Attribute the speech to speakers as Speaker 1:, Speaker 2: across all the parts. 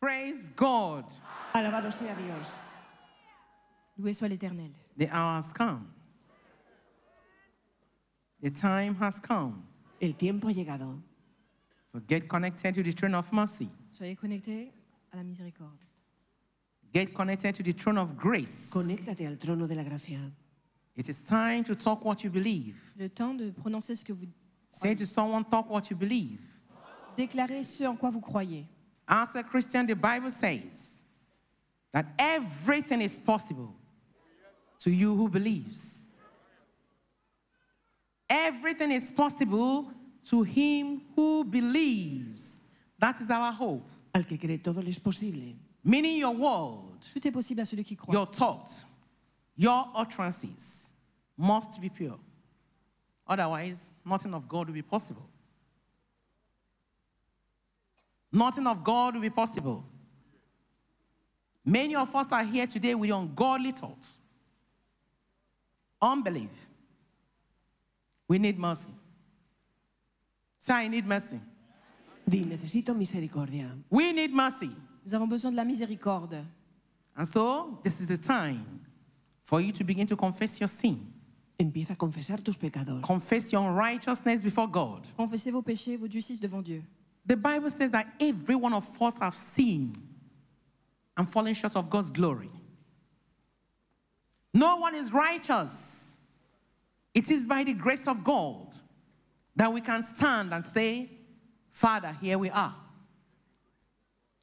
Speaker 1: Praise God.
Speaker 2: Alabado sea Dios.
Speaker 3: Loué soit l'Éternel.
Speaker 1: The hour has come. The time has come.
Speaker 2: El tiempo ha llegado.
Speaker 1: So get connected to the throne of mercy.
Speaker 3: Soyez connectés à la miséricorde.
Speaker 1: Get connected to the throne of grace.
Speaker 2: Conéctate al trono de la gracia.
Speaker 1: It is time to talk what you believe.
Speaker 3: Le temps de prononcer ce que vous
Speaker 1: Say to someone, talk what you believe.
Speaker 3: déclarez, ce en quoi vous croyez.
Speaker 1: As a Christian, the Bible says that everything is possible to you who believes. Everything is possible to him who believes. That is our hope.
Speaker 2: Al que cree todo le es posible.
Speaker 1: Meaning your world,
Speaker 3: Tout est possible à celui qui croit.
Speaker 1: your thought, your utterances must be pure. Otherwise, nothing of God will be possible. Nothing of God will be possible. Many of us are here today with ungodly thoughts, unbelief. We need mercy. Say, I need mercy.
Speaker 2: Di, necesito misericordia.
Speaker 1: We need mercy.
Speaker 3: Nous avons besoin de la miséricorde.
Speaker 1: And so, this is the time for you to begin to confess your sin,
Speaker 2: Empieza a confesar tus pecados.
Speaker 1: confess your unrighteousness before God.
Speaker 3: Confessez vos péchés, votre justice devant Dieu.
Speaker 1: The Bible says that every one of us have sinned and fallen short of God's glory. No one is righteous. It is by the grace of God that we can stand and say, Father, here we are.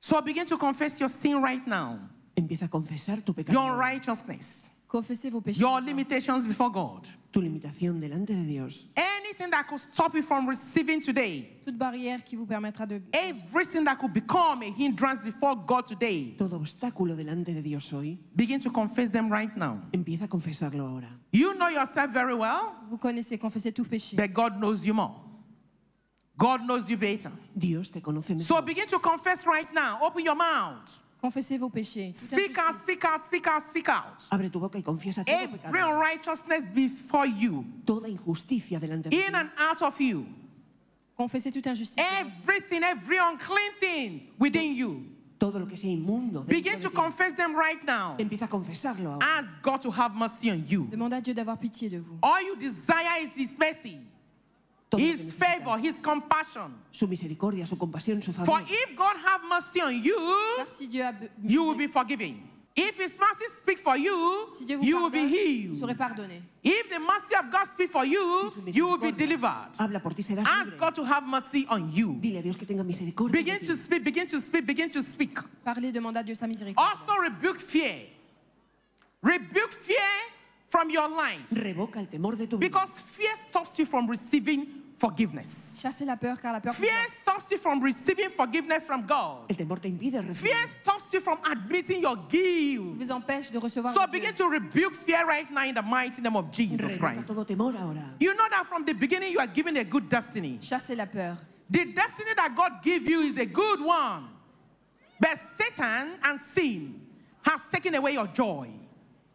Speaker 1: So begin to confess your sin right now,
Speaker 2: Empieza a confesar tu pecado.
Speaker 1: your righteousness,
Speaker 3: Confessez vos péchés.
Speaker 1: your limitations before God.
Speaker 2: Tu limitación delante de Dios.
Speaker 1: Anything that could stop you from receiving today,
Speaker 3: Toute barrière qui vous permettra de
Speaker 1: everything that could become a hindrance before God today,
Speaker 2: Todo obstáculo delante de Dios hoy.
Speaker 1: Begin to confess them right now.
Speaker 2: Empieza a confesarlo ahora.
Speaker 1: You know yourself very well,
Speaker 3: vous connaissez, confessez tout péché.
Speaker 1: but God knows you more. God knows you better.
Speaker 2: Dios te conoce mejor.
Speaker 1: So begin to confess right now. Open your mouth.
Speaker 3: Confessez vos péchés. Toute
Speaker 1: Speak out,
Speaker 3: injustice.
Speaker 1: speak out, speak out, speak out.
Speaker 2: Abre tu boca y confiesa todo
Speaker 1: Every
Speaker 2: pecado.
Speaker 1: unrighteousness before you,
Speaker 2: Toda injusticia delante de
Speaker 1: in
Speaker 2: Dios.
Speaker 1: and out of you,
Speaker 3: Confessez toute injustice.
Speaker 1: everything, every unclean thing within you.
Speaker 2: Todo lo que sea inmundo. dentro
Speaker 1: Begin
Speaker 2: de
Speaker 1: to
Speaker 2: ti.
Speaker 1: confess them right now.
Speaker 2: Empieza a confesarlo ahora.
Speaker 1: Ask God to have mercy on you.
Speaker 3: Demandez à Dieu d'avoir pitié de vous.
Speaker 1: All you desire is His mercy,
Speaker 2: Todo lo que
Speaker 1: His
Speaker 2: necesitas.
Speaker 1: favor, His compassion.
Speaker 2: Su misericordia, su compasión, su
Speaker 1: For
Speaker 2: favor.
Speaker 1: if God have mercy on you,
Speaker 3: Car si Dieu a be-
Speaker 1: you will be forgiven. If His mercy speak for you,
Speaker 3: si Dieu vous
Speaker 1: you will be
Speaker 3: pardonne, vous serez
Speaker 1: healed.
Speaker 3: pardonné.
Speaker 1: If the mercy of God speak for you,
Speaker 2: Su
Speaker 1: you will be
Speaker 2: misericordia.
Speaker 1: delivered.
Speaker 3: Ah,
Speaker 2: Habla por ti, serás
Speaker 1: Ask
Speaker 2: libre.
Speaker 1: God to have mercy on you.
Speaker 2: Dile a Dios que tenga misericordia. de
Speaker 1: Begin
Speaker 2: ti.
Speaker 1: to speak, begin to speak, begin to speak.
Speaker 3: Parlez, demandez à Dieu sa miséricorde.
Speaker 1: Also rebuke fear. Rebuke fear from your life
Speaker 2: Revoca el temor de tu vida.
Speaker 1: because fear stops you from receiving forgiveness.
Speaker 3: Chassez la peur car la peur vous
Speaker 1: Fear stops you from receiving forgiveness from God.
Speaker 2: El temor te impide recibir.
Speaker 1: Fear stops you from admitting your guilt.
Speaker 3: vous empêche de recevoir
Speaker 1: So
Speaker 3: de Dieu.
Speaker 1: begin to rebuke fear right now in the mighty name of Jesus
Speaker 2: Revoca
Speaker 1: Christ.
Speaker 2: todo temor ahora.
Speaker 1: You know that from the beginning you are given a good destiny.
Speaker 3: Chassez la peur.
Speaker 1: The destiny that God gave you is a good one. But Satan and sin has taken away your joy,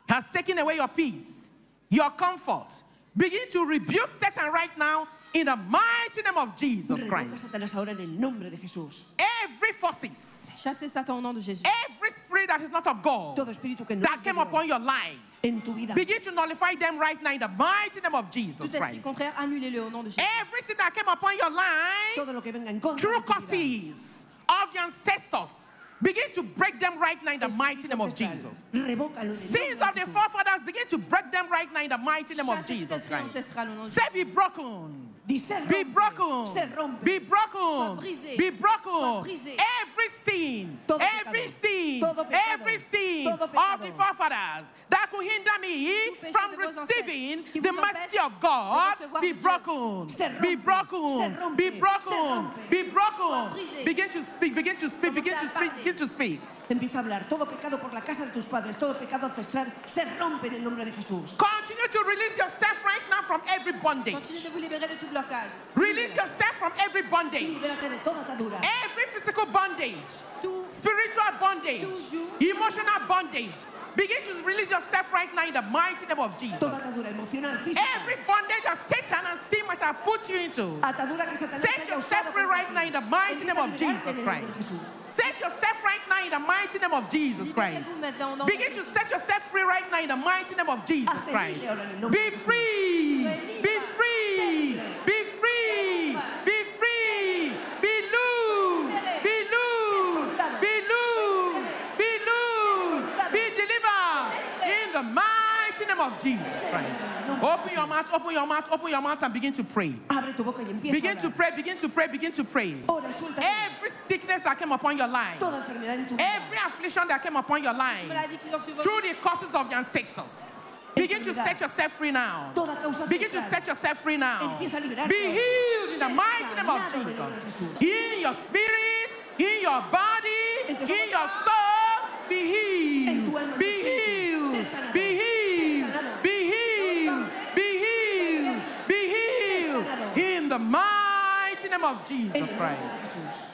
Speaker 1: has taken away your peace, your comfort. Begin to rebuke Satan right now in the mighty name of Jesus
Speaker 2: Revoca a
Speaker 1: Christ.
Speaker 2: Satanás ahora en el nombre de Jesús.
Speaker 1: Every forces,
Speaker 3: Chassez Satan au nom de Jésus.
Speaker 1: every spirit that is not of God
Speaker 2: Todo espíritu que no
Speaker 1: that
Speaker 2: es de
Speaker 1: came
Speaker 2: Dios
Speaker 1: upon your life,
Speaker 2: en tu vida.
Speaker 1: Begin to nullify them right now in the mighty name of
Speaker 3: Tout
Speaker 1: Jesus
Speaker 3: esprit
Speaker 1: Christ. Eh,
Speaker 3: contraire, annulez-le au nom de Jésus.
Speaker 1: Everything that came upon your life
Speaker 2: Todo lo que venga en contra
Speaker 1: through
Speaker 2: de tu vida.
Speaker 1: causes of the ancestors, begin to break them right now in the mighty name of Jesus.
Speaker 2: Revócalo en el
Speaker 1: Sins
Speaker 2: nombre
Speaker 1: of
Speaker 2: de
Speaker 1: the
Speaker 2: Jesús.
Speaker 1: forefathers, begin to break them right now in the mighty name of
Speaker 3: Chassez tout
Speaker 1: Jesus
Speaker 3: esprit
Speaker 1: Christ.
Speaker 3: ancestral au nom de
Speaker 1: Say,
Speaker 3: Jésus.
Speaker 1: be broken.
Speaker 2: Di, se rompe,
Speaker 1: Be broken.
Speaker 2: Se rompe.
Speaker 1: Be broken.
Speaker 3: Sois brisé.
Speaker 1: Be
Speaker 3: Sois
Speaker 1: broken.
Speaker 3: brisé.
Speaker 1: Every sin,
Speaker 2: Todo
Speaker 1: every
Speaker 2: pecado.
Speaker 1: sin,
Speaker 2: Todo pecado.
Speaker 1: every sin
Speaker 2: Todo
Speaker 1: of
Speaker 2: pecado.
Speaker 1: the forefathers that could hinder me
Speaker 3: Tout péché
Speaker 1: from
Speaker 3: de vos ancêtres
Speaker 1: receiving
Speaker 3: qui
Speaker 1: the
Speaker 3: vous
Speaker 1: mercy
Speaker 3: empêche
Speaker 1: of God,
Speaker 3: de recevoir
Speaker 1: be
Speaker 3: de Dieu.
Speaker 1: broken.
Speaker 2: Se rompe.
Speaker 1: Be
Speaker 2: Se
Speaker 1: broken.
Speaker 2: rompe.
Speaker 1: Be
Speaker 2: Se
Speaker 1: broken.
Speaker 2: rompe.
Speaker 1: Be broken.
Speaker 3: brisé.
Speaker 1: Begin to speak. Begin to speak. Begin
Speaker 3: Commencez
Speaker 1: to
Speaker 3: à
Speaker 1: speak.
Speaker 3: parler.
Speaker 1: Begin to speak.
Speaker 2: Empieza a hablar. Todo pecado por la casa de tus padres, todo pecado ancestral, se rompe en el nombre de Jesús.
Speaker 1: Continue to release yourself right now from every bondage.
Speaker 3: Continuez de vous libérer de tout blocage.
Speaker 1: Release yourself from every bondage.
Speaker 2: Libérate de toda atadura.
Speaker 1: Every physical bondage.
Speaker 3: Tout
Speaker 1: spiritual bondage,
Speaker 3: Toujours.
Speaker 1: emotional bondage. Begin to release yourself right now in the mighty name of Jesus.
Speaker 2: Toda atadura emocional, física.
Speaker 1: Every bondage that Satan and sin might have put you into,
Speaker 2: Atadura que Satanás
Speaker 1: Set
Speaker 2: haya
Speaker 1: yourself
Speaker 2: usado
Speaker 1: free
Speaker 2: contra
Speaker 1: right
Speaker 2: ti.
Speaker 1: now in the mighty
Speaker 2: Empieza
Speaker 1: name
Speaker 2: a
Speaker 1: of
Speaker 2: liberarte en
Speaker 1: Jesus
Speaker 2: el nombre de
Speaker 1: Christ.
Speaker 2: Jesús.
Speaker 1: set yourself right now in the mighty name of Jesus Christ.
Speaker 3: Libérez-vous maintenant au nom de
Speaker 1: Begin to
Speaker 3: Jésus.
Speaker 1: set yourself free right now in the mighty name of Jesus
Speaker 2: Hacé
Speaker 1: Christ.
Speaker 2: libre en el nombre
Speaker 1: Be
Speaker 2: de Jesús.
Speaker 1: free.
Speaker 3: Soy libre.
Speaker 1: Be free. Be free. Be free. Be loose. Be loose. Be loose. Be loose. Be delivered in the mighty name of Jesus Christ. Open your mouth, open your mouth, open your mouth and begin to pray.
Speaker 2: Abre tu boca y empieza
Speaker 1: Begin
Speaker 2: a
Speaker 1: to
Speaker 2: orar.
Speaker 1: pray, begin to pray, begin to pray.
Speaker 2: Ora, suelta
Speaker 1: Every sickness that came upon your life,
Speaker 2: toda enfermedad en tu vida.
Speaker 1: every affliction that came upon your life,
Speaker 3: Maladie qui ont suivi
Speaker 1: through the causes of your ancestors. Begin to set yourself free now.
Speaker 2: Toda causa
Speaker 1: Begin to
Speaker 2: ancestral.
Speaker 1: set yourself free now. Be
Speaker 2: Empieza a liberarte.
Speaker 1: healed in the
Speaker 2: Sé
Speaker 1: mighty name of
Speaker 2: sanado en el nombre de
Speaker 1: Jesus.
Speaker 2: Jesús.
Speaker 1: In your spirit, in your body,
Speaker 2: En tu
Speaker 1: in your
Speaker 2: alma.
Speaker 1: soul, be
Speaker 2: En tu alma,
Speaker 1: healed.
Speaker 2: en tu
Speaker 1: Be
Speaker 2: espíritu.
Speaker 1: healed.
Speaker 2: Sé sanado.
Speaker 1: Be healed.
Speaker 2: Sé sanado.
Speaker 1: Be healed. Be healed. Be healed.
Speaker 2: sanado.
Speaker 1: In the mighty name of
Speaker 2: En
Speaker 1: Jesus
Speaker 2: el nombre de
Speaker 1: Christ.
Speaker 2: Jesús.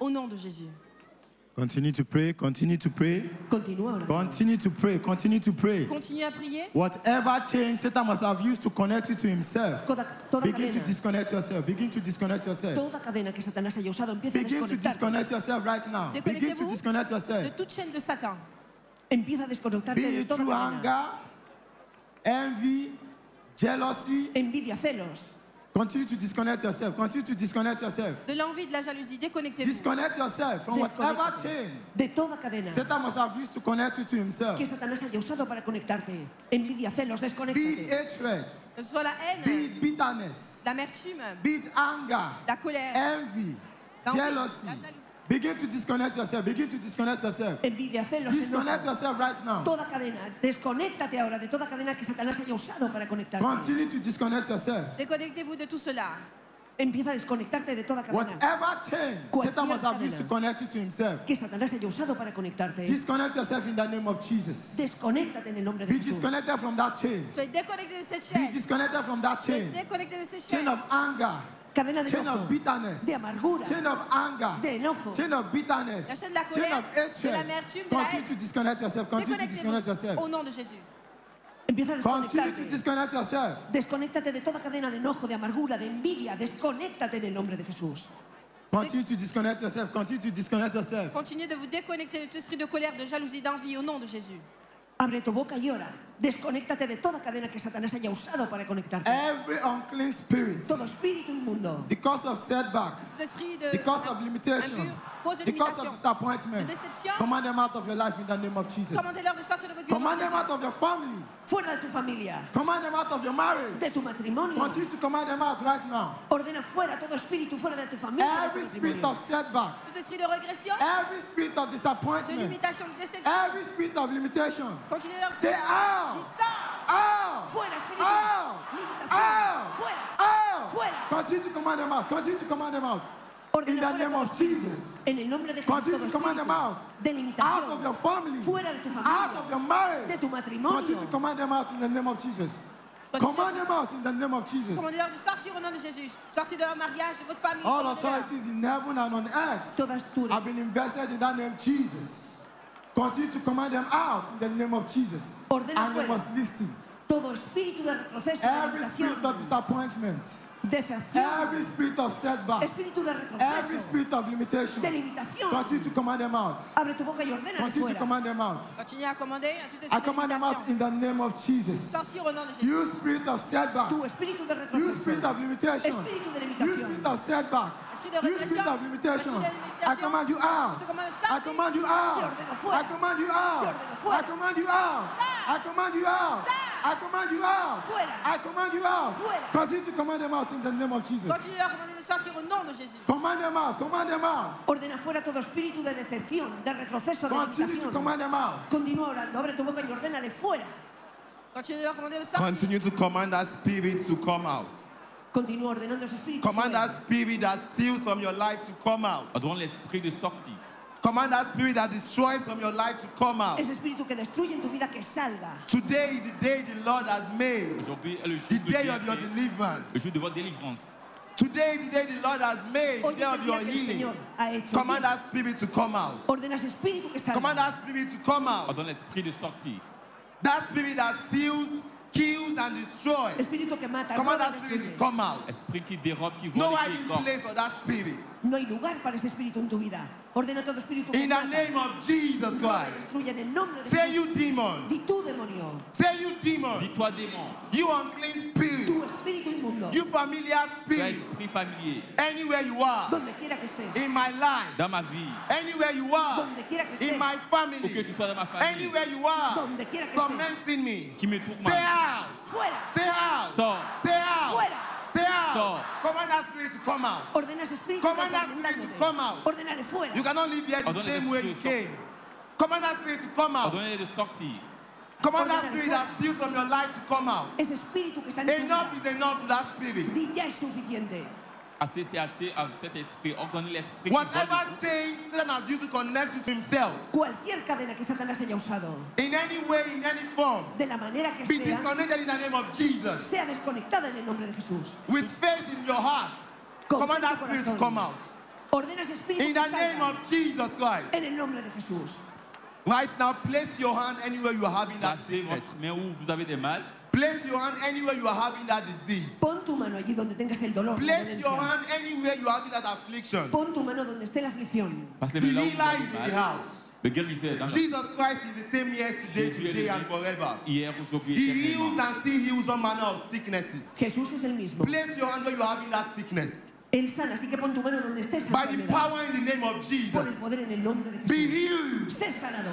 Speaker 3: Au nom de Jésus.
Speaker 4: Continue to pray, continue to pray,
Speaker 2: Continúa orando.
Speaker 4: continue to pray, continue to pray.
Speaker 3: Continuez à prier.
Speaker 4: Whatever chain Satan must have used to connect you to himself,
Speaker 2: Toda, toda
Speaker 4: begin to
Speaker 2: cadena,
Speaker 4: disconnect yourself, begin to disconnect yourself.
Speaker 2: toda cadena que Satanás haya usado empieza a
Speaker 4: Begin to
Speaker 2: desconectar.
Speaker 4: disconnect yourself right now. Begin to
Speaker 3: Déconnectez-vous
Speaker 4: disconnect
Speaker 3: de
Speaker 4: yourself.
Speaker 3: toute chaîne de Satan.
Speaker 2: Empieza a desconectarte
Speaker 4: Be
Speaker 2: de
Speaker 4: it
Speaker 2: toda
Speaker 4: through
Speaker 2: cadena.
Speaker 4: anger, envy, jealousy.
Speaker 2: Envidia, celos.
Speaker 4: Continue to disconnect yourself. Continue to disconnect yourself.
Speaker 3: De l'envie, de la jalousie. Déconnectez-vous.
Speaker 4: Disconnect yourself from whatever
Speaker 2: Desconéctate
Speaker 4: chain
Speaker 2: De toda cadena
Speaker 4: Satan must have used to connect you to himself.
Speaker 2: que Satanás haya usado para conectarte. Envidia, celos,
Speaker 4: Be it
Speaker 2: desconectate.
Speaker 4: hatred,
Speaker 3: Que ce soit la
Speaker 4: be
Speaker 3: haine,
Speaker 4: it bitterness,
Speaker 3: l'amertume,
Speaker 4: be it anger,
Speaker 3: la colère.
Speaker 4: envy,
Speaker 3: La envie,
Speaker 4: jealousy.
Speaker 3: la jalousie.
Speaker 4: Begin to disconnect yourself. Begin to disconnect yourself.
Speaker 2: Envidia, celos,
Speaker 4: Disconnect
Speaker 2: enojo.
Speaker 4: yourself right now.
Speaker 2: Toda cadena. Desconéctate ahora de toda cadena que Satanás haya usado para conectarte.
Speaker 4: Continue to disconnect yourself.
Speaker 3: Déconnectez-vous de tout cela.
Speaker 2: Empieza a desconectarte de toda cadena
Speaker 4: Whatever chain Satan must have used to connect you to himself,
Speaker 2: que Satanás haya usado para conectarte.
Speaker 4: disconnect yourself in the name of Jesus.
Speaker 2: Desconéctate en el nombre de
Speaker 4: Be
Speaker 2: Jesús.
Speaker 4: disconnected from that chain.
Speaker 3: Soyez déconnectés de cette
Speaker 4: Be
Speaker 3: chaîne.
Speaker 4: disconnected from that
Speaker 3: Soyez
Speaker 4: chain.
Speaker 3: déconnectés de cette
Speaker 4: Chain
Speaker 3: chaîne.
Speaker 4: of anger,
Speaker 2: Cadena de
Speaker 4: chain of
Speaker 2: enojo.
Speaker 4: bitterness,
Speaker 2: de amargura,
Speaker 4: chain of
Speaker 2: de
Speaker 4: anger,
Speaker 2: enojo.
Speaker 4: chain of
Speaker 3: La
Speaker 4: bitterness,
Speaker 3: chaîne de la
Speaker 4: chain
Speaker 3: colère,
Speaker 4: of
Speaker 3: de
Speaker 4: hatred.
Speaker 3: l'amertume, de la haine.
Speaker 2: eh.
Speaker 4: Continue to disconnect yourself. Continue to disconnect
Speaker 3: Déconnectez-vous au
Speaker 4: yourself.
Speaker 3: nom de Jésus.
Speaker 2: Empieza a
Speaker 4: Continue to
Speaker 2: desconectarte.
Speaker 4: disconnect yourself.
Speaker 2: Desconéctate de toda cadena de enojo, de amargura, de envidia. Desconéctate en el nombre de Jesús.
Speaker 4: Continue to disconnect yourself. Continue to disconnect yourself.
Speaker 3: Continuez de vous déconnecter de tout esprit de colère, de jalousie, d'envie au nom de Jésus.
Speaker 2: Abre tu boca y ora. Desconéctate de toda cadena que Satanás haya usado para conectarte.
Speaker 4: Every unclean spirit,
Speaker 2: Todo espíritu inmundo,
Speaker 4: the cause of setback,
Speaker 3: Tout esprit de
Speaker 4: the cause of
Speaker 3: impur,
Speaker 4: limitation,
Speaker 3: cause de
Speaker 4: the cause of
Speaker 3: limitation.
Speaker 4: disappointment,
Speaker 3: de déception.
Speaker 4: command them out of your life in the name of Jesus.
Speaker 3: Commandez-leur de sortir de votre vie. au nom de
Speaker 4: Command them
Speaker 3: Jésus.
Speaker 4: out of your family.
Speaker 2: fuera de tu familia,
Speaker 4: Command them out of your marriage.
Speaker 2: de tu matrimonio.
Speaker 4: Continue to command them out right now.
Speaker 2: Ordena fuera todo espíritu fuera de tu familia. de tu
Speaker 4: Every spirit
Speaker 2: matrimonio.
Speaker 4: of setback,
Speaker 3: Tout esprit de régression,
Speaker 4: every spirit of
Speaker 3: de
Speaker 4: disappointment,
Speaker 3: limitation, de déception.
Speaker 4: every spirit of limitation,
Speaker 3: Continuez-leur
Speaker 4: say
Speaker 3: Ils
Speaker 4: out,
Speaker 3: sortent.
Speaker 4: out,
Speaker 2: Fuera espíritu.
Speaker 4: out,
Speaker 2: Limitación. Fuera.
Speaker 4: out, out.
Speaker 2: Fuera.
Speaker 4: Continue to command them out. Continue to command them out. In
Speaker 2: Ordena
Speaker 4: the
Speaker 2: fuera
Speaker 4: name
Speaker 2: todo
Speaker 4: of
Speaker 2: espíritu.
Speaker 4: Jesus.
Speaker 2: En el nombre de Jesús.
Speaker 4: Continue to
Speaker 2: todo
Speaker 4: command them
Speaker 2: espíritu
Speaker 4: out.
Speaker 2: De
Speaker 4: Out
Speaker 2: limitación.
Speaker 4: of your family,
Speaker 2: Fuera de tu familia.
Speaker 4: out of your marriage,
Speaker 2: de tu matrimonio.
Speaker 4: Continue to command them out in the name of Jesus.
Speaker 3: Continue.
Speaker 4: Command them out in the name of Jesus.
Speaker 3: Commandez-leur de Oh, sortir au nom de Jésus. Sortir de leur mariage, de votre famille.
Speaker 4: All
Speaker 3: commandez-leur.
Speaker 4: authorities in heaven and on earth
Speaker 2: Toda asturias.
Speaker 4: have been invested in that name, Jesus. Continue to command them out in the name of Jesus.
Speaker 2: Ordena
Speaker 4: and they
Speaker 2: fuera.
Speaker 4: must listen.
Speaker 2: Todo espíritu de retroceso, de
Speaker 4: Every spirit of
Speaker 2: limitación,
Speaker 4: disappointment,
Speaker 2: decepción,
Speaker 4: every spirit of setback,
Speaker 2: espíritu de
Speaker 4: every
Speaker 2: retroceso,
Speaker 4: spirit of limitation,
Speaker 2: de limitación.
Speaker 4: continue to command them out.
Speaker 2: Abre tu boca y ordena
Speaker 4: Continue to
Speaker 2: fuera.
Speaker 4: command them out.
Speaker 3: Continuez à commander à tout esprit
Speaker 4: I
Speaker 3: de
Speaker 4: command them out
Speaker 3: limitation.
Speaker 4: in the name of Jesus.
Speaker 3: Sortir au nom de Jésus.
Speaker 4: You spirit of setback.
Speaker 2: Tu espíritu de
Speaker 4: You spirit
Speaker 2: retroceso,
Speaker 4: of limitation.
Speaker 2: Espíritu de
Speaker 4: You
Speaker 2: limitación.
Speaker 4: spirit of setback.
Speaker 3: Esprit de
Speaker 4: You spirit
Speaker 3: régression.
Speaker 4: of limitation.
Speaker 3: Esprit
Speaker 4: I
Speaker 3: de limitation.
Speaker 4: command you out.
Speaker 3: Je te commande
Speaker 4: I
Speaker 3: de sortir.
Speaker 4: command you out.
Speaker 2: Te ordeno fuera.
Speaker 4: I command you
Speaker 2: Te
Speaker 4: out.
Speaker 2: ordeno fuera.
Speaker 4: I command you out.
Speaker 3: Sors.
Speaker 4: I command you out.
Speaker 3: Sors.
Speaker 4: I command you out.
Speaker 2: Fuera.
Speaker 4: I command you out.
Speaker 2: Fuera.
Speaker 4: Continue to command them out in the name of Jesus.
Speaker 3: Continuez à commander de sortir au nom de Jésus.
Speaker 4: Command them out. Command them out.
Speaker 2: ordena fuera todo espíritu de decepción, de retroceso, de
Speaker 4: Continue to
Speaker 2: limitación.
Speaker 4: command them out.
Speaker 2: Continúa orando, abre tu boca y ordénale fuera.
Speaker 3: Continuez à commander de sortir.
Speaker 5: Continue to command that spirit to come out.
Speaker 2: Continúa ordenando ese espíritu.
Speaker 5: Command
Speaker 2: fuera.
Speaker 5: that spirit that steals from your life to come out.
Speaker 6: Ordonne l'esprit de sortie.
Speaker 5: Command that spirit that destroys from your life to come out.
Speaker 2: Ese espíritu que destruye en tu vida que salga.
Speaker 5: Today is the day the Lord has made,
Speaker 6: Aujourd'hui est le jour
Speaker 5: the
Speaker 6: de,
Speaker 5: day of your
Speaker 6: liberté, le
Speaker 5: deliverance.
Speaker 6: jour de votre délivrance.
Speaker 5: Today is the day the Lord has made, the
Speaker 2: Hoy
Speaker 5: day
Speaker 2: es
Speaker 5: of
Speaker 2: el
Speaker 5: your
Speaker 2: día que el
Speaker 5: healing.
Speaker 2: Señor ha hecho.
Speaker 5: Command that spirit to come out.
Speaker 2: Ordena ese espíritu que
Speaker 5: Command
Speaker 2: salga.
Speaker 5: that spirit to come out.
Speaker 6: Ordonne l'esprit de sortie.
Speaker 5: That spirit that steals, kills, and destroys.
Speaker 2: Espíritu que mata.
Speaker 5: Command
Speaker 2: roba y
Speaker 5: that spirit to
Speaker 2: destruye.
Speaker 5: come out.
Speaker 6: Esprit qui dérobe, qui
Speaker 5: No
Speaker 6: voit les
Speaker 5: hiding
Speaker 6: corps.
Speaker 5: place for that spirit.
Speaker 2: No hay lugar para ese espíritu en tu vida. Ordena todo espíritu que
Speaker 5: In the
Speaker 2: mata,
Speaker 5: name of Jesus
Speaker 2: que
Speaker 5: Christ.
Speaker 2: destruya en el nombre de
Speaker 5: Say
Speaker 2: Jesús.
Speaker 5: you demon.
Speaker 2: Di tú, demonio,
Speaker 5: Say you demon.
Speaker 6: Dis-toi démon,
Speaker 5: You unclean spirit.
Speaker 2: tu espíritu inmundo,
Speaker 5: You familiar
Speaker 6: tu as
Speaker 5: spirit.
Speaker 6: esprit familier
Speaker 5: Anywhere you are.
Speaker 2: donde quiera que estés,
Speaker 5: In my life.
Speaker 6: dans ma vie,
Speaker 5: Anywhere you are.
Speaker 2: donde quiera que estés,
Speaker 5: In my
Speaker 6: ou que
Speaker 5: family.
Speaker 6: tu sois dans ma famille,
Speaker 5: Anywhere you are.
Speaker 2: donde quiera que estés,
Speaker 5: Tormenting me.
Speaker 6: qui me
Speaker 5: Say
Speaker 6: tourmente.
Speaker 5: out.
Speaker 2: fuera,
Speaker 5: Say out.
Speaker 6: Sors,
Speaker 5: Say out.
Speaker 2: Fuera.
Speaker 5: Say out.
Speaker 6: Sors.
Speaker 5: Command that spirit to come out.
Speaker 2: ordena ese espíritu
Speaker 5: Come on,
Speaker 2: que anda
Speaker 5: that spirit,
Speaker 2: tentándote.
Speaker 5: come out.
Speaker 2: Ordénale fuera,
Speaker 5: You cannot live here the
Speaker 6: Ordonne
Speaker 5: same way you
Speaker 6: l'esprit de
Speaker 5: came. Command that spirit to come out.
Speaker 6: ordonnez-le de sortir.
Speaker 5: Command that
Speaker 2: Ordonne
Speaker 5: spirit that steals from your life to come out.
Speaker 2: ese espíritu que está en tu
Speaker 5: Enough
Speaker 2: vida,
Speaker 5: is enough to that spirit.
Speaker 2: di ya es suficiente.
Speaker 6: Assez, c'est assez à cet esprit. Ordonnez l'esprit. qui vole
Speaker 5: Whatever
Speaker 6: du-
Speaker 5: chain Satan has used to connect you to himself,
Speaker 2: Cualquier cadena que Satanás haya usado,
Speaker 5: in any way, in any form,
Speaker 2: de la manera que
Speaker 5: be
Speaker 2: sea,
Speaker 5: disconnected in the name of Jesus.
Speaker 2: sea desconectada en el nombre de Jesús.
Speaker 5: With faith in your heart,
Speaker 2: Con
Speaker 5: command
Speaker 2: fe en
Speaker 5: that
Speaker 2: tu
Speaker 5: spirit to
Speaker 2: corazón.
Speaker 5: come out.
Speaker 2: Ordena ese espíritu
Speaker 5: In
Speaker 2: que
Speaker 5: the name
Speaker 2: salga
Speaker 5: of Jesus Christ.
Speaker 2: en el nombre de Jesús.
Speaker 5: Right now, place your hand anywhere you are having that
Speaker 6: Placez votre
Speaker 5: sickness.
Speaker 6: main où vous avez des mal.
Speaker 5: Place your hand anywhere you are having that disease.
Speaker 2: Pon tu mano allí donde tengas el dolor. la
Speaker 5: Place
Speaker 2: dolencia.
Speaker 5: your hand anywhere you are having that affliction.
Speaker 2: Pon tu mano donde esté la aflicción.
Speaker 6: Placez
Speaker 5: The
Speaker 6: les mains là où vous avez
Speaker 5: healer is in the
Speaker 6: mal.
Speaker 5: house.
Speaker 6: Le guérisseur est dans la
Speaker 5: Jesus Christ is the same yesterday,
Speaker 6: Jésus est le
Speaker 5: today, and
Speaker 6: même
Speaker 5: forever.
Speaker 6: hier, aujourd'hui,
Speaker 5: He heals
Speaker 6: éternellement.
Speaker 5: and still heals all manner of sicknesses.
Speaker 2: Jesús es el mismo.
Speaker 5: Place your hand where you are having that sickness.
Speaker 2: Él sana, así que pon tu mano donde esté esa
Speaker 5: By the
Speaker 2: enfermedad.
Speaker 5: power in the name of
Speaker 2: Por el
Speaker 5: Jesus,
Speaker 2: poder en el nombre de
Speaker 5: be
Speaker 2: Jesús.
Speaker 5: healed.
Speaker 2: Sé sanado.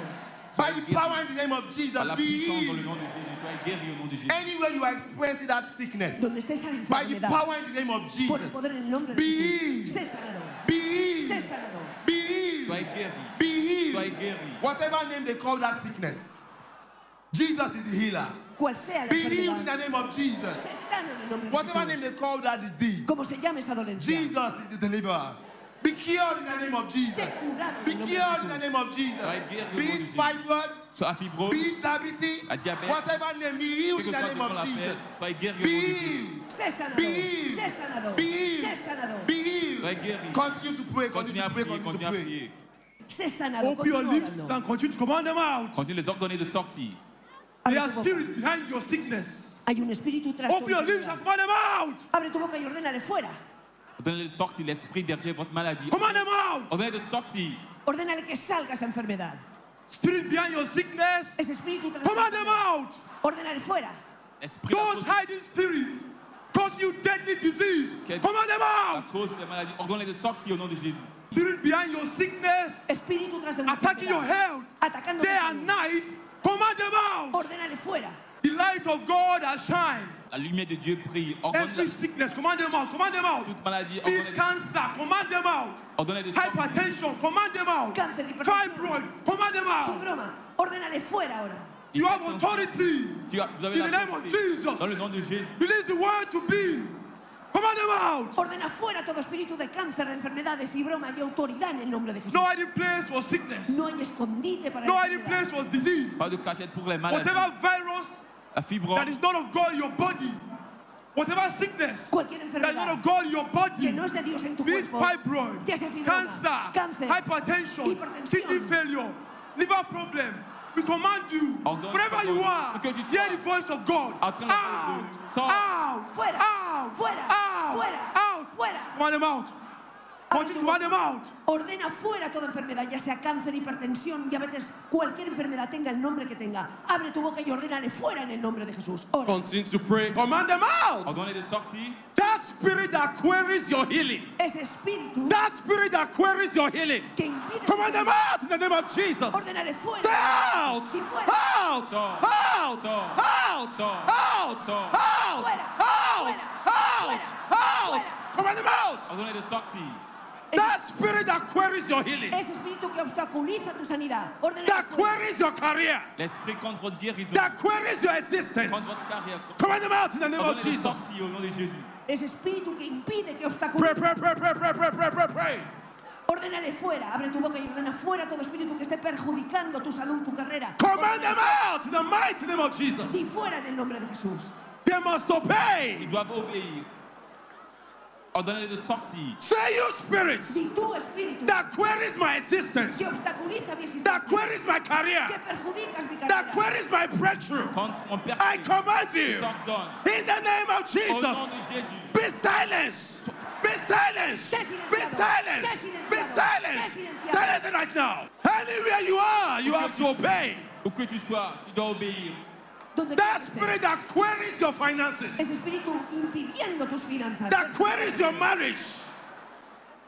Speaker 5: By the power in the name of
Speaker 6: Par
Speaker 5: Jesus,
Speaker 6: la
Speaker 5: be
Speaker 6: puissance dans le
Speaker 5: healed.
Speaker 6: nom de Jésus, soyez guéri au nom de Jésus.
Speaker 5: Anywhere you are experiencing that sickness,
Speaker 2: Donde esté esa
Speaker 5: by the
Speaker 2: enfermedad.
Speaker 5: power in the name of
Speaker 2: Por el
Speaker 5: Jesus,
Speaker 2: poder en el nombre de
Speaker 5: Be
Speaker 2: Jesús.
Speaker 5: healed.
Speaker 2: Sé sanado.
Speaker 5: be healed.
Speaker 2: Sé sanado.
Speaker 5: Be healed.
Speaker 6: Soyez guéri.
Speaker 5: Be healed.
Speaker 6: Soyez guéri.
Speaker 5: Whatever name they call that sickness, Jesus is the healer.
Speaker 2: Cual sea la
Speaker 5: Be healed in
Speaker 2: enfermedad.
Speaker 5: the name of Jesus.
Speaker 2: Sé sano en el nombre
Speaker 5: Whatever
Speaker 2: de
Speaker 5: name they
Speaker 2: Jesús.
Speaker 5: call that disease,
Speaker 2: Como se llame esa dolencia.
Speaker 5: Jesus is the deliverer. Be cured in the name of Jesus.
Speaker 2: Sé curado
Speaker 5: Be
Speaker 2: en el nombre de
Speaker 5: cured in the
Speaker 2: Jesús.
Speaker 5: name of Jesus.
Speaker 6: Soyez guéri au
Speaker 5: Be
Speaker 6: nom de
Speaker 5: it
Speaker 6: Jésus.
Speaker 5: fibroid,
Speaker 6: Soyez fibrose.
Speaker 5: be it diabetes,
Speaker 6: La diabète.
Speaker 5: whatever name, be
Speaker 6: Quel
Speaker 5: healed
Speaker 6: que
Speaker 5: in
Speaker 6: soit
Speaker 5: the
Speaker 6: ce
Speaker 5: name
Speaker 6: qu'on
Speaker 5: of
Speaker 6: l'appelle,
Speaker 5: Jesus.
Speaker 6: soyez guéri au
Speaker 5: Be
Speaker 6: nom de Jésus.
Speaker 5: healed.
Speaker 2: Sé sanado.
Speaker 5: Be healed.
Speaker 2: Sé sanado.
Speaker 5: Be healed.
Speaker 2: Sé sanado.
Speaker 5: Be healed.
Speaker 6: Soyez guéri.
Speaker 5: Continue to pray.
Speaker 6: Continuez
Speaker 5: Continue
Speaker 6: à
Speaker 5: to pray.
Speaker 6: prier,
Speaker 5: Continue
Speaker 6: continuez à
Speaker 5: to pray.
Speaker 6: prier.
Speaker 2: Sé sanado.
Speaker 7: Open your
Speaker 2: Continúa
Speaker 7: lips
Speaker 2: orando.
Speaker 7: and continue to command them out.
Speaker 6: Continuez les ordonner de sortir.
Speaker 7: There
Speaker 2: Abre
Speaker 7: are
Speaker 2: tu boca.
Speaker 7: spirits behind your sickness.
Speaker 2: Hay un espíritu tras tu
Speaker 7: Open your lips
Speaker 2: enfermedad.
Speaker 7: and command them out.
Speaker 2: Abre tu boca y ordénale fuera.
Speaker 6: Ordonnez de sortir l'esprit derrière votre maladie.
Speaker 7: Command them out.
Speaker 6: Ordonnez de sortir.
Speaker 2: Ordénale que salga esa enfermedad.
Speaker 7: Spirit behind your sickness.
Speaker 2: Ese espíritu tras tu
Speaker 7: Command them
Speaker 2: enfermedad.
Speaker 7: out.
Speaker 2: Ordénale fuera.
Speaker 6: L'esprit à
Speaker 7: Those
Speaker 6: cause-
Speaker 7: hiding spirits cause you deadly disease.
Speaker 6: Quel-
Speaker 7: Command them
Speaker 6: à
Speaker 7: out.
Speaker 6: cause des maladies. Ordonnez de sortir au nom de Jésus.
Speaker 7: Spirit behind your sickness.
Speaker 2: Espíritu tras de una
Speaker 7: attacking your
Speaker 2: enfermedad.
Speaker 7: health
Speaker 2: Atacando
Speaker 7: day
Speaker 2: tu
Speaker 7: and
Speaker 2: salud.
Speaker 7: night, command them out.
Speaker 2: Ordénale fuera.
Speaker 7: The light of God has shine.
Speaker 6: La lumière de Dieu brille. Ordonnez
Speaker 7: Every
Speaker 6: la-
Speaker 7: sickness, command them out, command them out.
Speaker 6: toute maladie.
Speaker 7: Be
Speaker 6: Ordonnez de,
Speaker 7: cancer, command them out.
Speaker 6: ordonnez de sortir.
Speaker 7: Hypertension, command them out.
Speaker 2: Cáncer, hipertensión.
Speaker 7: Fibroid, command them
Speaker 2: Sin
Speaker 7: out.
Speaker 2: broma. Ordénale fuera ahora.
Speaker 7: You have
Speaker 6: Hypertension.
Speaker 7: authority.
Speaker 6: Tu as- vous avez
Speaker 7: In the
Speaker 6: la
Speaker 7: name of
Speaker 6: autorité.
Speaker 7: Jesus.
Speaker 6: Dans le nom de Jésus.
Speaker 7: Release the word to be. Command them out.
Speaker 2: Ordena fuera todo espíritu de cáncer, de enfermedad, de fibroma y autoridad en el nombre de Jesús.
Speaker 7: No hiding place for sickness.
Speaker 2: No hay escondite para
Speaker 7: No
Speaker 2: la
Speaker 7: hiding place
Speaker 2: enfermedad.
Speaker 7: for disease.
Speaker 6: Pas de cachette pour les maladies.
Speaker 7: Whatever virus
Speaker 6: La fibrome.
Speaker 7: that is not of God in your body, whatever sickness
Speaker 2: Cualquier
Speaker 7: that is not
Speaker 2: enfermedad
Speaker 7: of God in your body,
Speaker 2: que no es de Dios en tu
Speaker 7: Be it
Speaker 2: cuerpo.
Speaker 7: fibroid,
Speaker 2: Ya sea fibroma,
Speaker 7: cancer,
Speaker 2: cáncer,
Speaker 7: hypertension,
Speaker 2: hipertensión.
Speaker 7: kidney failure, liver problem. We command you,
Speaker 6: Ordonne-
Speaker 7: wherever you
Speaker 6: ordonne-
Speaker 7: are,
Speaker 6: que tu sois-
Speaker 7: hear the voice of God.
Speaker 6: Entends la voix de
Speaker 7: Out,
Speaker 6: Dieu. Sors.
Speaker 7: out,
Speaker 2: Fuera,
Speaker 7: out,
Speaker 2: fuera,
Speaker 7: out,
Speaker 2: fuera,
Speaker 7: out.
Speaker 2: fuera.
Speaker 7: Command them out.
Speaker 2: Abre
Speaker 7: Continue
Speaker 2: tu
Speaker 7: to command them
Speaker 2: boca.
Speaker 7: out.
Speaker 2: Ordena fuera toda enfermedad, ya sea cáncer, hipertensión, diabetes, cualquier enfermedad, tenga el nombre que tenga. Abre tu boca y ordénale fuera en el nombre de Jesús. Ora.
Speaker 7: Continue to pray. Command them out.
Speaker 6: Ordonnez de sortir.
Speaker 7: That spirit that queries your healing.
Speaker 2: Ese espíritu
Speaker 7: That spirit that queries your healing.
Speaker 2: que impide.
Speaker 7: Command them out in the name of Jesus.
Speaker 2: Ordénale fuera.
Speaker 7: Out!
Speaker 2: Y fuera.
Speaker 7: Out!
Speaker 6: Sort.
Speaker 7: Out!
Speaker 6: Sort.
Speaker 7: Out!
Speaker 6: Sort.
Speaker 7: Out!
Speaker 6: Sort.
Speaker 7: Out!
Speaker 2: Fuera.
Speaker 7: Out! Out!
Speaker 2: Fuera.
Speaker 7: Out!
Speaker 2: Fuera.
Speaker 7: Command them out!
Speaker 6: Ordonnez de sortir.
Speaker 7: That spirit that queries your healing,
Speaker 2: Ese espíritu que obstaculiza tu sanidad. Ordénale
Speaker 7: that
Speaker 2: fuera.
Speaker 7: queries your career,
Speaker 6: L'esprit contre votre guérison.
Speaker 7: that queries your
Speaker 6: Contre
Speaker 7: existence.
Speaker 6: votre carrière.
Speaker 7: Command them out in the name of
Speaker 6: Ordonnez de
Speaker 7: Jesus.
Speaker 6: sortir au nom de Jésus.
Speaker 2: Ese espíritu que impide que
Speaker 7: Pray, pray,
Speaker 2: obstaculiza.
Speaker 7: pray, pray, pray, pray, pray, pray, pray.
Speaker 2: Ordénale fuera. Abre tu boca y ordena fuera todo espíritu que esté perjudicando tu salud, tu carrera.
Speaker 7: Command them out in the mighty name of Jesus.
Speaker 2: Y fuera en el nombre de Jesús.
Speaker 7: They must obey.
Speaker 6: Ils doivent obéir. Ordonnez de sortir.
Speaker 7: Say you spirits
Speaker 2: Y tu espíritu
Speaker 7: that queries my existence,
Speaker 2: que obstaculiza mi existencia.
Speaker 7: that queries my career,
Speaker 2: que perjudicas mi
Speaker 7: that
Speaker 2: carrera.
Speaker 7: queries my breakthrough.
Speaker 6: Contre mon père.
Speaker 7: I command
Speaker 6: Je
Speaker 7: you
Speaker 6: t'ordonne.
Speaker 7: in the name of
Speaker 6: Au nom
Speaker 7: Jesus.
Speaker 6: de Jésus.
Speaker 7: Be silenced. Be silenced. Be silenced. Be Silence!
Speaker 2: silenciado.
Speaker 7: Silence it right now! Anywhere you are, you have to obey.
Speaker 6: Où que tu sois, tu dois obéir.
Speaker 2: Donde
Speaker 7: That
Speaker 2: quiera que
Speaker 7: spirit that queries your finances,
Speaker 2: Ese espíritu impidiendo tus finanzas.
Speaker 7: that queries your marriage,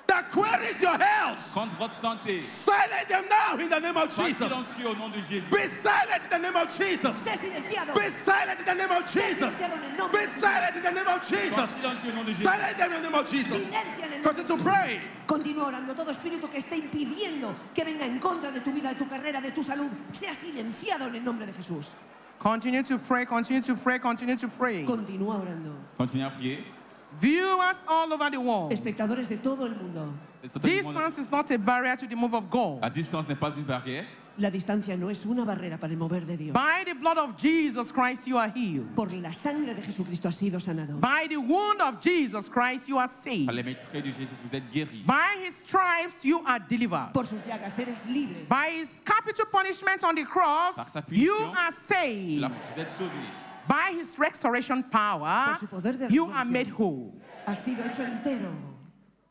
Speaker 7: that queries your health.
Speaker 6: Contre votre santé.
Speaker 7: Silence them now in the name of
Speaker 6: Sois
Speaker 7: Jesus.
Speaker 6: silencieux au nom de Jésus.
Speaker 7: Be silent in the name of Jesus.
Speaker 2: Sé silenciado.
Speaker 7: Be silent in the name of Jesus. Be silent in the name of
Speaker 6: Sois
Speaker 7: Jesus.
Speaker 6: silencieux au nom de Jésus.
Speaker 7: Silence them in the name of Jesus.
Speaker 2: Silencio en el nombre.
Speaker 7: Continue to pray.
Speaker 2: Continúa orando. Todo espíritu que esté impidiendo que venga en contra de tu vida, de tu carrera, de tu salud, sea silenciado en el nombre de Jesús.
Speaker 1: Continue to pray, continue to pray, continue to pray.
Speaker 2: Continúa orando.
Speaker 6: Continue à prier.
Speaker 1: Viewers all over the world.
Speaker 2: Espectadores de todo el mundo,
Speaker 6: Est-ce que tout le monde-
Speaker 1: Distance is not a barrier to the move of God.
Speaker 6: La distance n'est pas une barrière.
Speaker 2: la distancia no es una barrera para el mover de Dios.
Speaker 1: By the blood of Jesus Christ, you are healed.
Speaker 2: Por la sangre de Jesucristo has sido sanado.
Speaker 1: By the wound of Jesus Christ, you are
Speaker 6: Par
Speaker 1: saved.
Speaker 6: les maîtres de Jésus, vous êtes guéris.
Speaker 1: By his stripes, you are delivered.
Speaker 2: Por sus llagas eres libre.
Speaker 1: By his capital punishment on the
Speaker 6: Par
Speaker 1: cross,
Speaker 6: sa punition,
Speaker 1: you are
Speaker 6: La-
Speaker 1: saved.
Speaker 6: Vous êtes sauvés.
Speaker 1: By his restoration power,
Speaker 2: Por su poder de
Speaker 1: you
Speaker 2: resurrección.
Speaker 1: are made whole.
Speaker 2: Has sido hecho entero.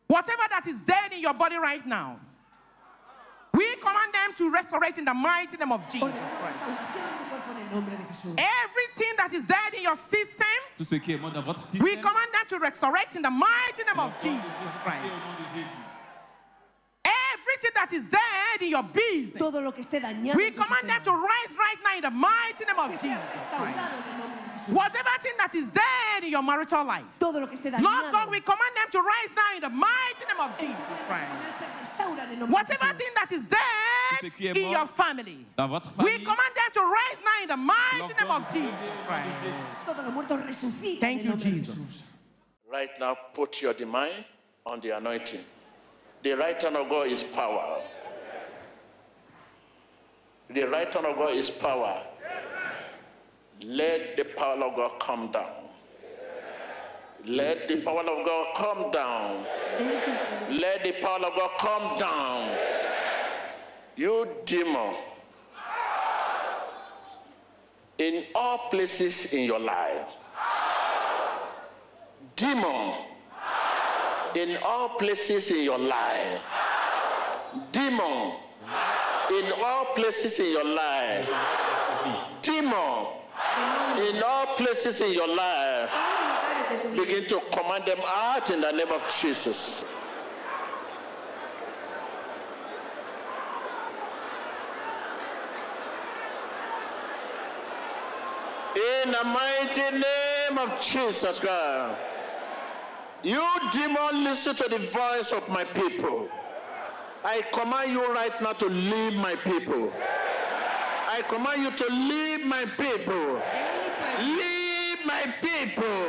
Speaker 1: Whatever that is dead in your body right now, we command them to restaurate in the mighty name of Jesus
Speaker 2: Ordenamos
Speaker 1: Christ.
Speaker 2: restauración de tu cuerpo en el nombre de Jesús.
Speaker 1: Everything that is dead in your system,
Speaker 6: Tout ce qui est mort dans votre système.
Speaker 1: we command them to restorate in the mighty name
Speaker 6: est
Speaker 1: of
Speaker 6: mort de vous
Speaker 1: Jesus
Speaker 6: ressusciter
Speaker 1: Christ.
Speaker 6: Au nom de Jésus.
Speaker 1: Everything that is dead in your business,
Speaker 2: Todo lo que esté dañado.
Speaker 1: we
Speaker 2: en tu
Speaker 1: command them to
Speaker 2: sistema,
Speaker 1: rise right now in the mighty name of
Speaker 2: que
Speaker 1: Jesus
Speaker 2: sea
Speaker 1: Christ.
Speaker 2: restaurado en el nombre de Jesús.
Speaker 1: Whatever thing that is dead in your marital life,
Speaker 2: Todo lo que esté dañado.
Speaker 1: Lord God, we command them to rise now in the mighty name of Jesus Christ.
Speaker 2: Se restaura en el nombre de
Speaker 1: Whatever
Speaker 2: Jesús.
Speaker 1: thing that is
Speaker 6: Tout
Speaker 1: dead
Speaker 6: ce qui est
Speaker 1: in
Speaker 6: mort
Speaker 1: your family,
Speaker 6: Dans votre
Speaker 1: we
Speaker 6: famille.
Speaker 1: command them to rise now in the mighty name
Speaker 6: l'ordre
Speaker 1: of
Speaker 6: de Dieu,
Speaker 1: Jesus
Speaker 6: au nom de
Speaker 1: Christ.
Speaker 6: Jésus.
Speaker 2: Todos los muertos resucitan. en
Speaker 1: Thank
Speaker 2: el
Speaker 1: you,
Speaker 2: nombre de
Speaker 1: Jesus.
Speaker 2: Jesús.
Speaker 8: Right now, put your demand on the anointing. The right hand of God is power. The right hand of God is power. Let the power of God come down. Let the power of God come down. Let the power of God come down. You demon. In all places in your life demon in all places in your life demon in all places in your life demon in all places in your life begin to command them out in the name of jesus in the mighty name of jesus christ you demon, listen to the voice of my people. I command you right now to leave my people. I command you to leave my people. Leave my people.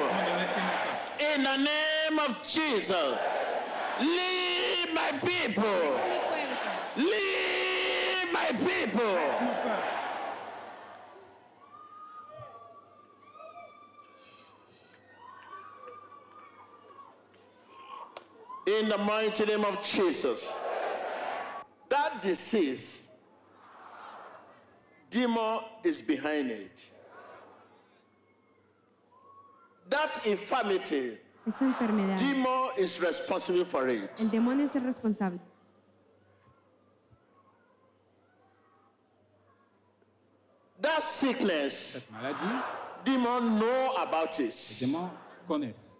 Speaker 8: In the name of Jesus. Leave my people. Leave my people. In the mighty name of Jesus. That disease, demon is behind it. That infirmity,
Speaker 9: Esa enfermedad,
Speaker 8: demon is responsible for it.
Speaker 9: el demonio es el responsable.
Speaker 8: That sickness,
Speaker 10: Cette maladie,
Speaker 8: demon know about
Speaker 10: les
Speaker 8: it.
Speaker 10: démons connaissent.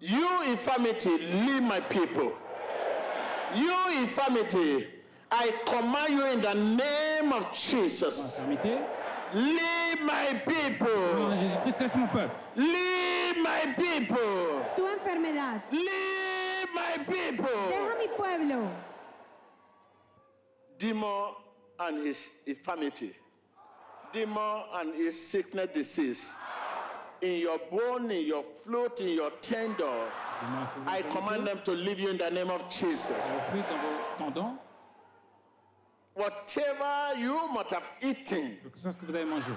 Speaker 8: You infirmity, leave my people. You infirmity, I command you in the name of Jesus.
Speaker 10: Infirmité,
Speaker 8: Leave my
Speaker 10: au nom
Speaker 8: people.
Speaker 10: de Jésus-Christ, laisse mon peuple.
Speaker 8: Leave my people.
Speaker 9: Tu enfermedad,
Speaker 8: Leave my people.
Speaker 9: deja mi pueblo.
Speaker 8: Demon and his infirmity, demon and his sickness disease, in your bone, in your fluid, in your tendon,
Speaker 10: Démons, ces
Speaker 8: I
Speaker 10: infirmités,
Speaker 8: command them to leave you in the name of Jesus.
Speaker 10: vos fruits dans vos tendons,
Speaker 8: Whatever you might have eaten
Speaker 10: quel que soit ce que vous avez mangé,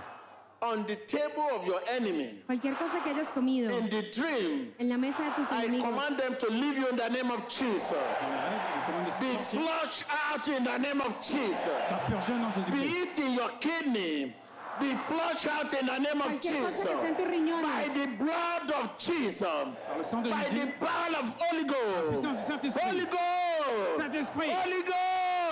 Speaker 8: on the table of your enemy,
Speaker 9: Cualquier cosa que hayas comido
Speaker 8: in the dream,
Speaker 9: en la mesa de tus
Speaker 8: I
Speaker 9: enemigos,
Speaker 8: command them to leave you in the name of Jesus.
Speaker 10: dans les rêves, je commande de
Speaker 8: Be
Speaker 10: sortir,
Speaker 8: flushed out in the name of Jesus.
Speaker 10: soit purgé au nom de
Speaker 8: Be
Speaker 10: Jésus-Christ.
Speaker 8: it in your kidney, be flushed out in the name of
Speaker 9: Cualquier
Speaker 8: Jesus.
Speaker 9: cosa que esté en tus riñones.
Speaker 8: By the blood of Jesus.
Speaker 10: Par le sang de
Speaker 8: By the
Speaker 10: Jésus.
Speaker 8: power of Holy Ghost.
Speaker 10: puissance du Saint-Esprit.
Speaker 8: Holy Ghost.
Speaker 10: Saint-Esprit.
Speaker 8: Holy Ghost.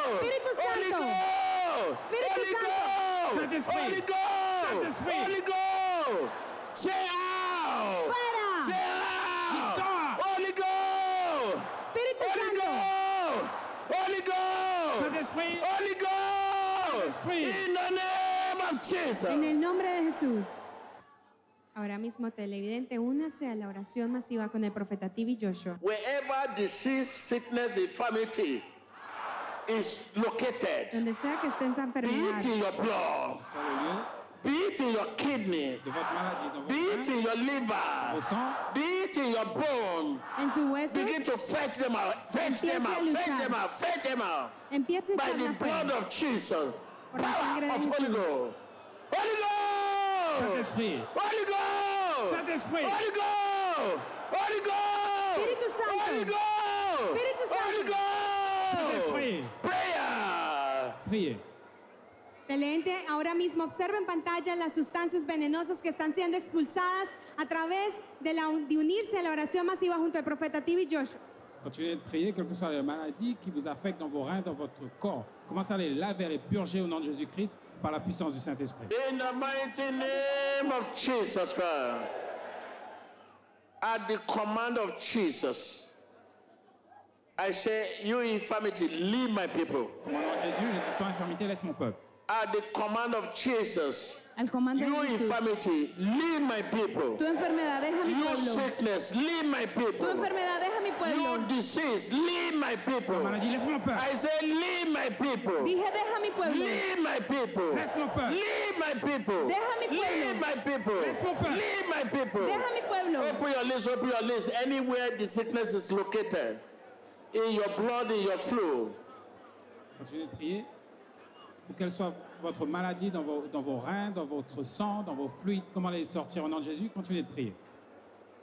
Speaker 9: Espíritu
Speaker 8: Holy
Speaker 9: Santo.
Speaker 8: Ghost.
Speaker 9: Espíritu
Speaker 8: Holy
Speaker 9: Santo.
Speaker 8: Ghost.
Speaker 10: Saint-Esprit.
Speaker 8: Holy Ghost.
Speaker 10: Saint-Esprit.
Speaker 8: Holy Ghost. Say out.
Speaker 9: Fuera.
Speaker 8: Say out.
Speaker 10: Sors.
Speaker 8: Holy Ghost.
Speaker 9: Espíritu
Speaker 8: Holy
Speaker 9: Santo.
Speaker 8: Ghost. Holy Ghost.
Speaker 10: Saint-Esprit.
Speaker 8: Holy Ghost.
Speaker 10: Saint-Esprit.
Speaker 8: In the name of Jesus.
Speaker 9: En el nombre de Jesús. Ahora mismo, televidente, únase a la oración masiva con el profeta TV Joshua.
Speaker 8: wherever disease, sickness, infirmity is located,
Speaker 9: Donde sea que esté esa
Speaker 8: be
Speaker 9: enfermedad,
Speaker 8: it in your blood,
Speaker 10: Ça le lieu
Speaker 8: be it in your kidney,
Speaker 10: de votre maladie, dans
Speaker 8: be it
Speaker 10: votre
Speaker 8: in your
Speaker 10: main, au
Speaker 8: liver,
Speaker 10: sang,
Speaker 8: be it in your bone,
Speaker 9: en su hueso,
Speaker 8: begin to fetch them out, fetch them out, fetch them out, fetch them out
Speaker 9: empiece a
Speaker 8: by
Speaker 9: estar
Speaker 8: the blood of Jesus, power of Holy Ghost, Holy Ghost,
Speaker 10: Saint-Esprit.
Speaker 8: Holy Ghost,
Speaker 10: Saint-Esprit.
Speaker 8: Holy Ghost, Holy Ghost,
Speaker 9: Espíritu Santo.
Speaker 8: Holy Ghost,
Speaker 9: Espíritu Santo.
Speaker 8: Holy Ghost,
Speaker 10: Saint-Esprit.
Speaker 8: prayer.
Speaker 10: Priez.
Speaker 9: Televidente, ahora mismo observa en pantalla las sustancias venenosas que están siendo expulsadas a través de, la, de unirse a la oración masiva junto al profeta TV Joshua.
Speaker 10: Continuez de prier, quelle que soit la maladie qui vous affecte dans vos reins, dans votre corps. Commencez à les laver et purger au nom de Jésus-Christ par la puissance du Saint-Esprit.
Speaker 8: In the mighty name of Jesus Christ, at the command of Jesus, I say, You infirmity, leave my people.
Speaker 10: Au nom de Jésus, Jésus, toi, infirmité, laisse mon peuple.
Speaker 8: At the command of Jesus,
Speaker 9: Al comando
Speaker 8: you
Speaker 9: de Jesús.
Speaker 8: infirmity, leave my people.
Speaker 9: Tu enfermedad deja mi
Speaker 8: You
Speaker 9: pueblo.
Speaker 8: sickness, leave my
Speaker 9: Tu
Speaker 8: people.
Speaker 9: enfermedad deja mi
Speaker 8: You
Speaker 9: pueblo.
Speaker 8: disease, leave my people.
Speaker 10: Maladie, laisse mon peuple.
Speaker 8: I say, Leave my people.
Speaker 9: Dije, deja mi pueblo.
Speaker 8: Leave my people.
Speaker 10: Laisse mon peuple.
Speaker 8: Leave my people.
Speaker 9: Deja mi pueblo.
Speaker 8: Leave my people.
Speaker 10: Laisse mon peuple.
Speaker 8: Leave my people.
Speaker 9: Deja mi pueblo.
Speaker 8: Open your lips, open your lips. Anywhere the sickness is located, in your blood, in your fluid,
Speaker 10: Continuez de prier pour qu'elle soit votre maladie dans vos, dans vos reins, dans votre sang, dans vos fluides. Comment les sortir au nom de Jésus Continuez de prier.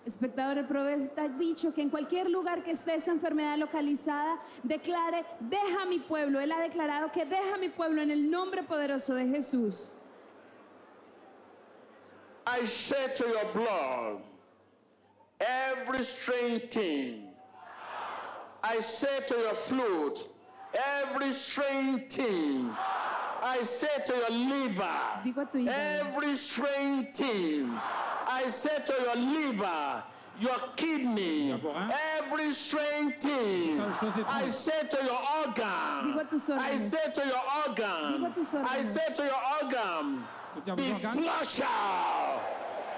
Speaker 9: Espectador, el profeta ha dicho que en cualquier lugar que esté esa enfermedad localizada, declare, deja mi pueblo. Él ha declarado que deja mi pueblo en el nombre poderoso de Jesús.
Speaker 8: I say to your blood, every strange thing. I say to your fluid, every strange thing. I say to your
Speaker 9: Digo
Speaker 8: liver,
Speaker 9: a tu hígado.
Speaker 8: every strange thing. I say to your liver, your kidney,
Speaker 10: Laborin.
Speaker 8: every strange thing.
Speaker 10: Tal chose est
Speaker 8: I
Speaker 10: tout.
Speaker 8: say to your
Speaker 9: Digo a
Speaker 8: organ,
Speaker 9: tus
Speaker 8: I
Speaker 9: órganos.
Speaker 8: say to your
Speaker 9: Digo a
Speaker 8: organ,
Speaker 9: tus
Speaker 8: I
Speaker 9: órganos.
Speaker 8: say to your organ,
Speaker 10: Je dis à vos
Speaker 8: be
Speaker 10: organes,
Speaker 8: flushed out.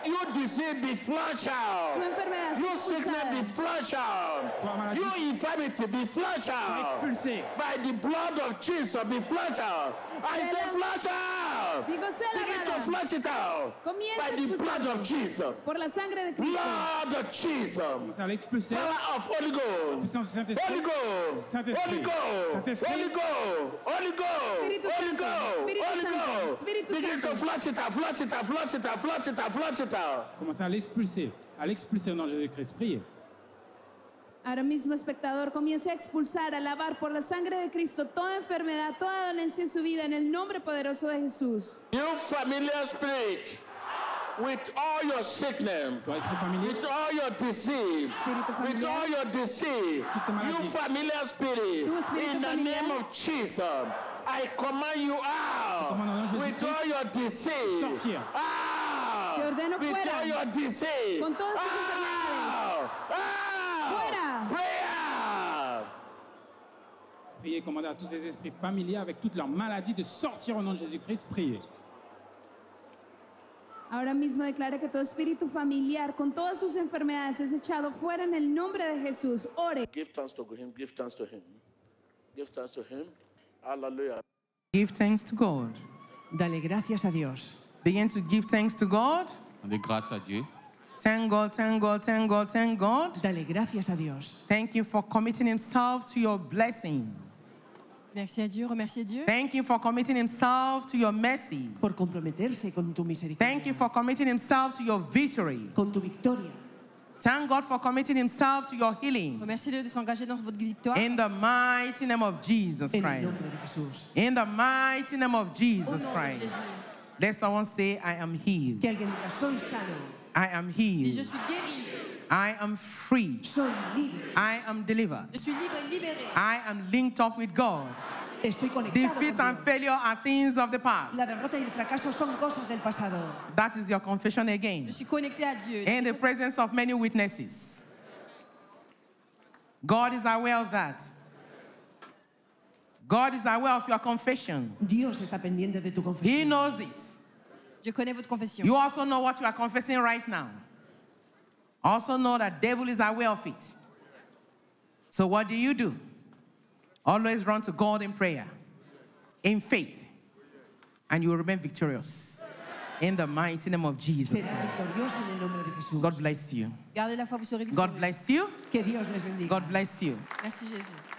Speaker 8: You disease be flushed
Speaker 9: Tu
Speaker 8: out.
Speaker 9: enfermedad
Speaker 8: You
Speaker 9: es expulsada.
Speaker 8: sickness be flushed out. You infirmity be flushed out.
Speaker 10: expulsé.
Speaker 8: By the blood of Jesus be flushed out. I say flush out.
Speaker 9: Digo, sea
Speaker 8: Begin to
Speaker 9: lavada.
Speaker 8: flush it out.
Speaker 9: Comienza
Speaker 8: By the
Speaker 9: a
Speaker 8: blood
Speaker 9: expulsarlo.
Speaker 8: of Jesus.
Speaker 9: Por la sangre de Cristo.
Speaker 8: Blood of Jesus.
Speaker 10: Commencez à l'expulser.
Speaker 8: Power of Holy Ghost.
Speaker 10: Puissance du Saint-Esprit.
Speaker 8: Holy Ghost, Holy
Speaker 10: Saint-Esprit.
Speaker 8: Ghost,
Speaker 10: Saint-Esprit.
Speaker 8: Holy Ghost, Holy Ghost, Holy
Speaker 9: Espíritu Santo,
Speaker 8: Ghost,
Speaker 9: Espíritu
Speaker 8: Holy
Speaker 9: Santo,
Speaker 8: Ghost.
Speaker 9: Espíritu
Speaker 8: Begin to
Speaker 9: Santo.
Speaker 8: flush it out, flush it out, flush it out, flush it out, flush it out.
Speaker 10: Commencez à l'expulser. À l'expulser au nom de Jésus-Christ. Priez.
Speaker 9: Ahora mismo, espectador, comience a expulsar, a lavar por la sangre de Cristo toda enfermedad, toda dolencia en su vida, en el nombre poderoso de Jesús.
Speaker 8: You familiar spirit, with all your sickness,
Speaker 10: Toi, esprit familier,
Speaker 8: with all your disease,
Speaker 9: Espíritu familiar.
Speaker 8: with all your disease,
Speaker 10: Toute
Speaker 8: you
Speaker 10: maladie.
Speaker 8: familiar spirit,
Speaker 9: Tu espíritu
Speaker 8: in the
Speaker 9: familiar.
Speaker 8: name of Jesus. I command you
Speaker 10: commande au nom
Speaker 8: out
Speaker 10: de
Speaker 8: with all your disease.
Speaker 10: Sortir.
Speaker 8: Out.
Speaker 9: Te ordeno
Speaker 8: with
Speaker 9: fuera.
Speaker 8: all your disease.
Speaker 9: Con todas tus
Speaker 8: out. Out.
Speaker 9: Fuera.
Speaker 8: Prayer.
Speaker 10: priez, commandez à tous ces esprits familiers avec toutes leurs maladies de sortir au nom de Jésus-Christ. Priez.
Speaker 9: Ahora mismo declara que todo espíritu familiar con todas sus enfermedades es echado fuera en el nombre de Jesús. Ore.
Speaker 8: Give thanks to him. Give thanks to him. Give thanks to him. Hallelujah.
Speaker 1: Give thanks to God.
Speaker 2: Dale gracias a Dios.
Speaker 1: Begin to give thanks to God.
Speaker 6: Rendez grâce à Dieu.
Speaker 1: Thank God, thank God, thank God, thank God.
Speaker 2: Dale gracias a Dios.
Speaker 1: Thank you for committing himself to your blessings.
Speaker 3: Merci à Dieu, remerciez Dieu.
Speaker 1: Thank you for committing himself to your mercy.
Speaker 2: Por comprometerse con tu misericordia.
Speaker 1: Thank you for committing himself to your victory.
Speaker 2: Con tu victoria.
Speaker 1: Thank God for committing himself to your healing.
Speaker 3: Remerciez-le de s'engager dans votre victoire.
Speaker 1: In the mighty name of Jesus
Speaker 2: En el
Speaker 1: Christ.
Speaker 2: nombre de Jesús.
Speaker 1: In the mighty name of
Speaker 3: Au nom
Speaker 1: Jesus
Speaker 3: de
Speaker 1: Christ.
Speaker 3: Jésus.
Speaker 1: Let someone say, I am healed.
Speaker 2: Que alguien diga, soy sano,
Speaker 1: I am
Speaker 3: Dis, je
Speaker 1: healed.
Speaker 3: suis guéri,
Speaker 1: I am free.
Speaker 2: soy libre,
Speaker 1: I am delivered.
Speaker 3: je suis libre et libéré.
Speaker 1: I am linked up with God.
Speaker 2: estoy conectado.
Speaker 1: Defeat
Speaker 2: con
Speaker 1: and
Speaker 2: Dios.
Speaker 1: failure are things of the past.
Speaker 2: La derrota y el fracaso son cosas del pasado.
Speaker 1: That is your confession
Speaker 3: Je
Speaker 1: again.
Speaker 3: suis connecté à Dieu.
Speaker 1: In the presence of many witnesses. God is aware of that. God is aware of your confession.
Speaker 2: Dios está pendiente de tu confesión.
Speaker 1: He knows it.
Speaker 3: Je connais votre confession.
Speaker 1: You also know what you are confessing right now. Also know that devil is aware of it. So what do you do? Always run to God in prayer, in faith, and you will remain victorious. In the mighty name of Jesus.
Speaker 2: Serás victorioso en el nombre de Jesús.
Speaker 1: God bless you.
Speaker 3: Gardez la foi, vous serez
Speaker 1: God
Speaker 3: victorieux.
Speaker 1: bless you.
Speaker 2: Que Dios les bendiga.
Speaker 1: God bless you.
Speaker 3: Merci Jésus.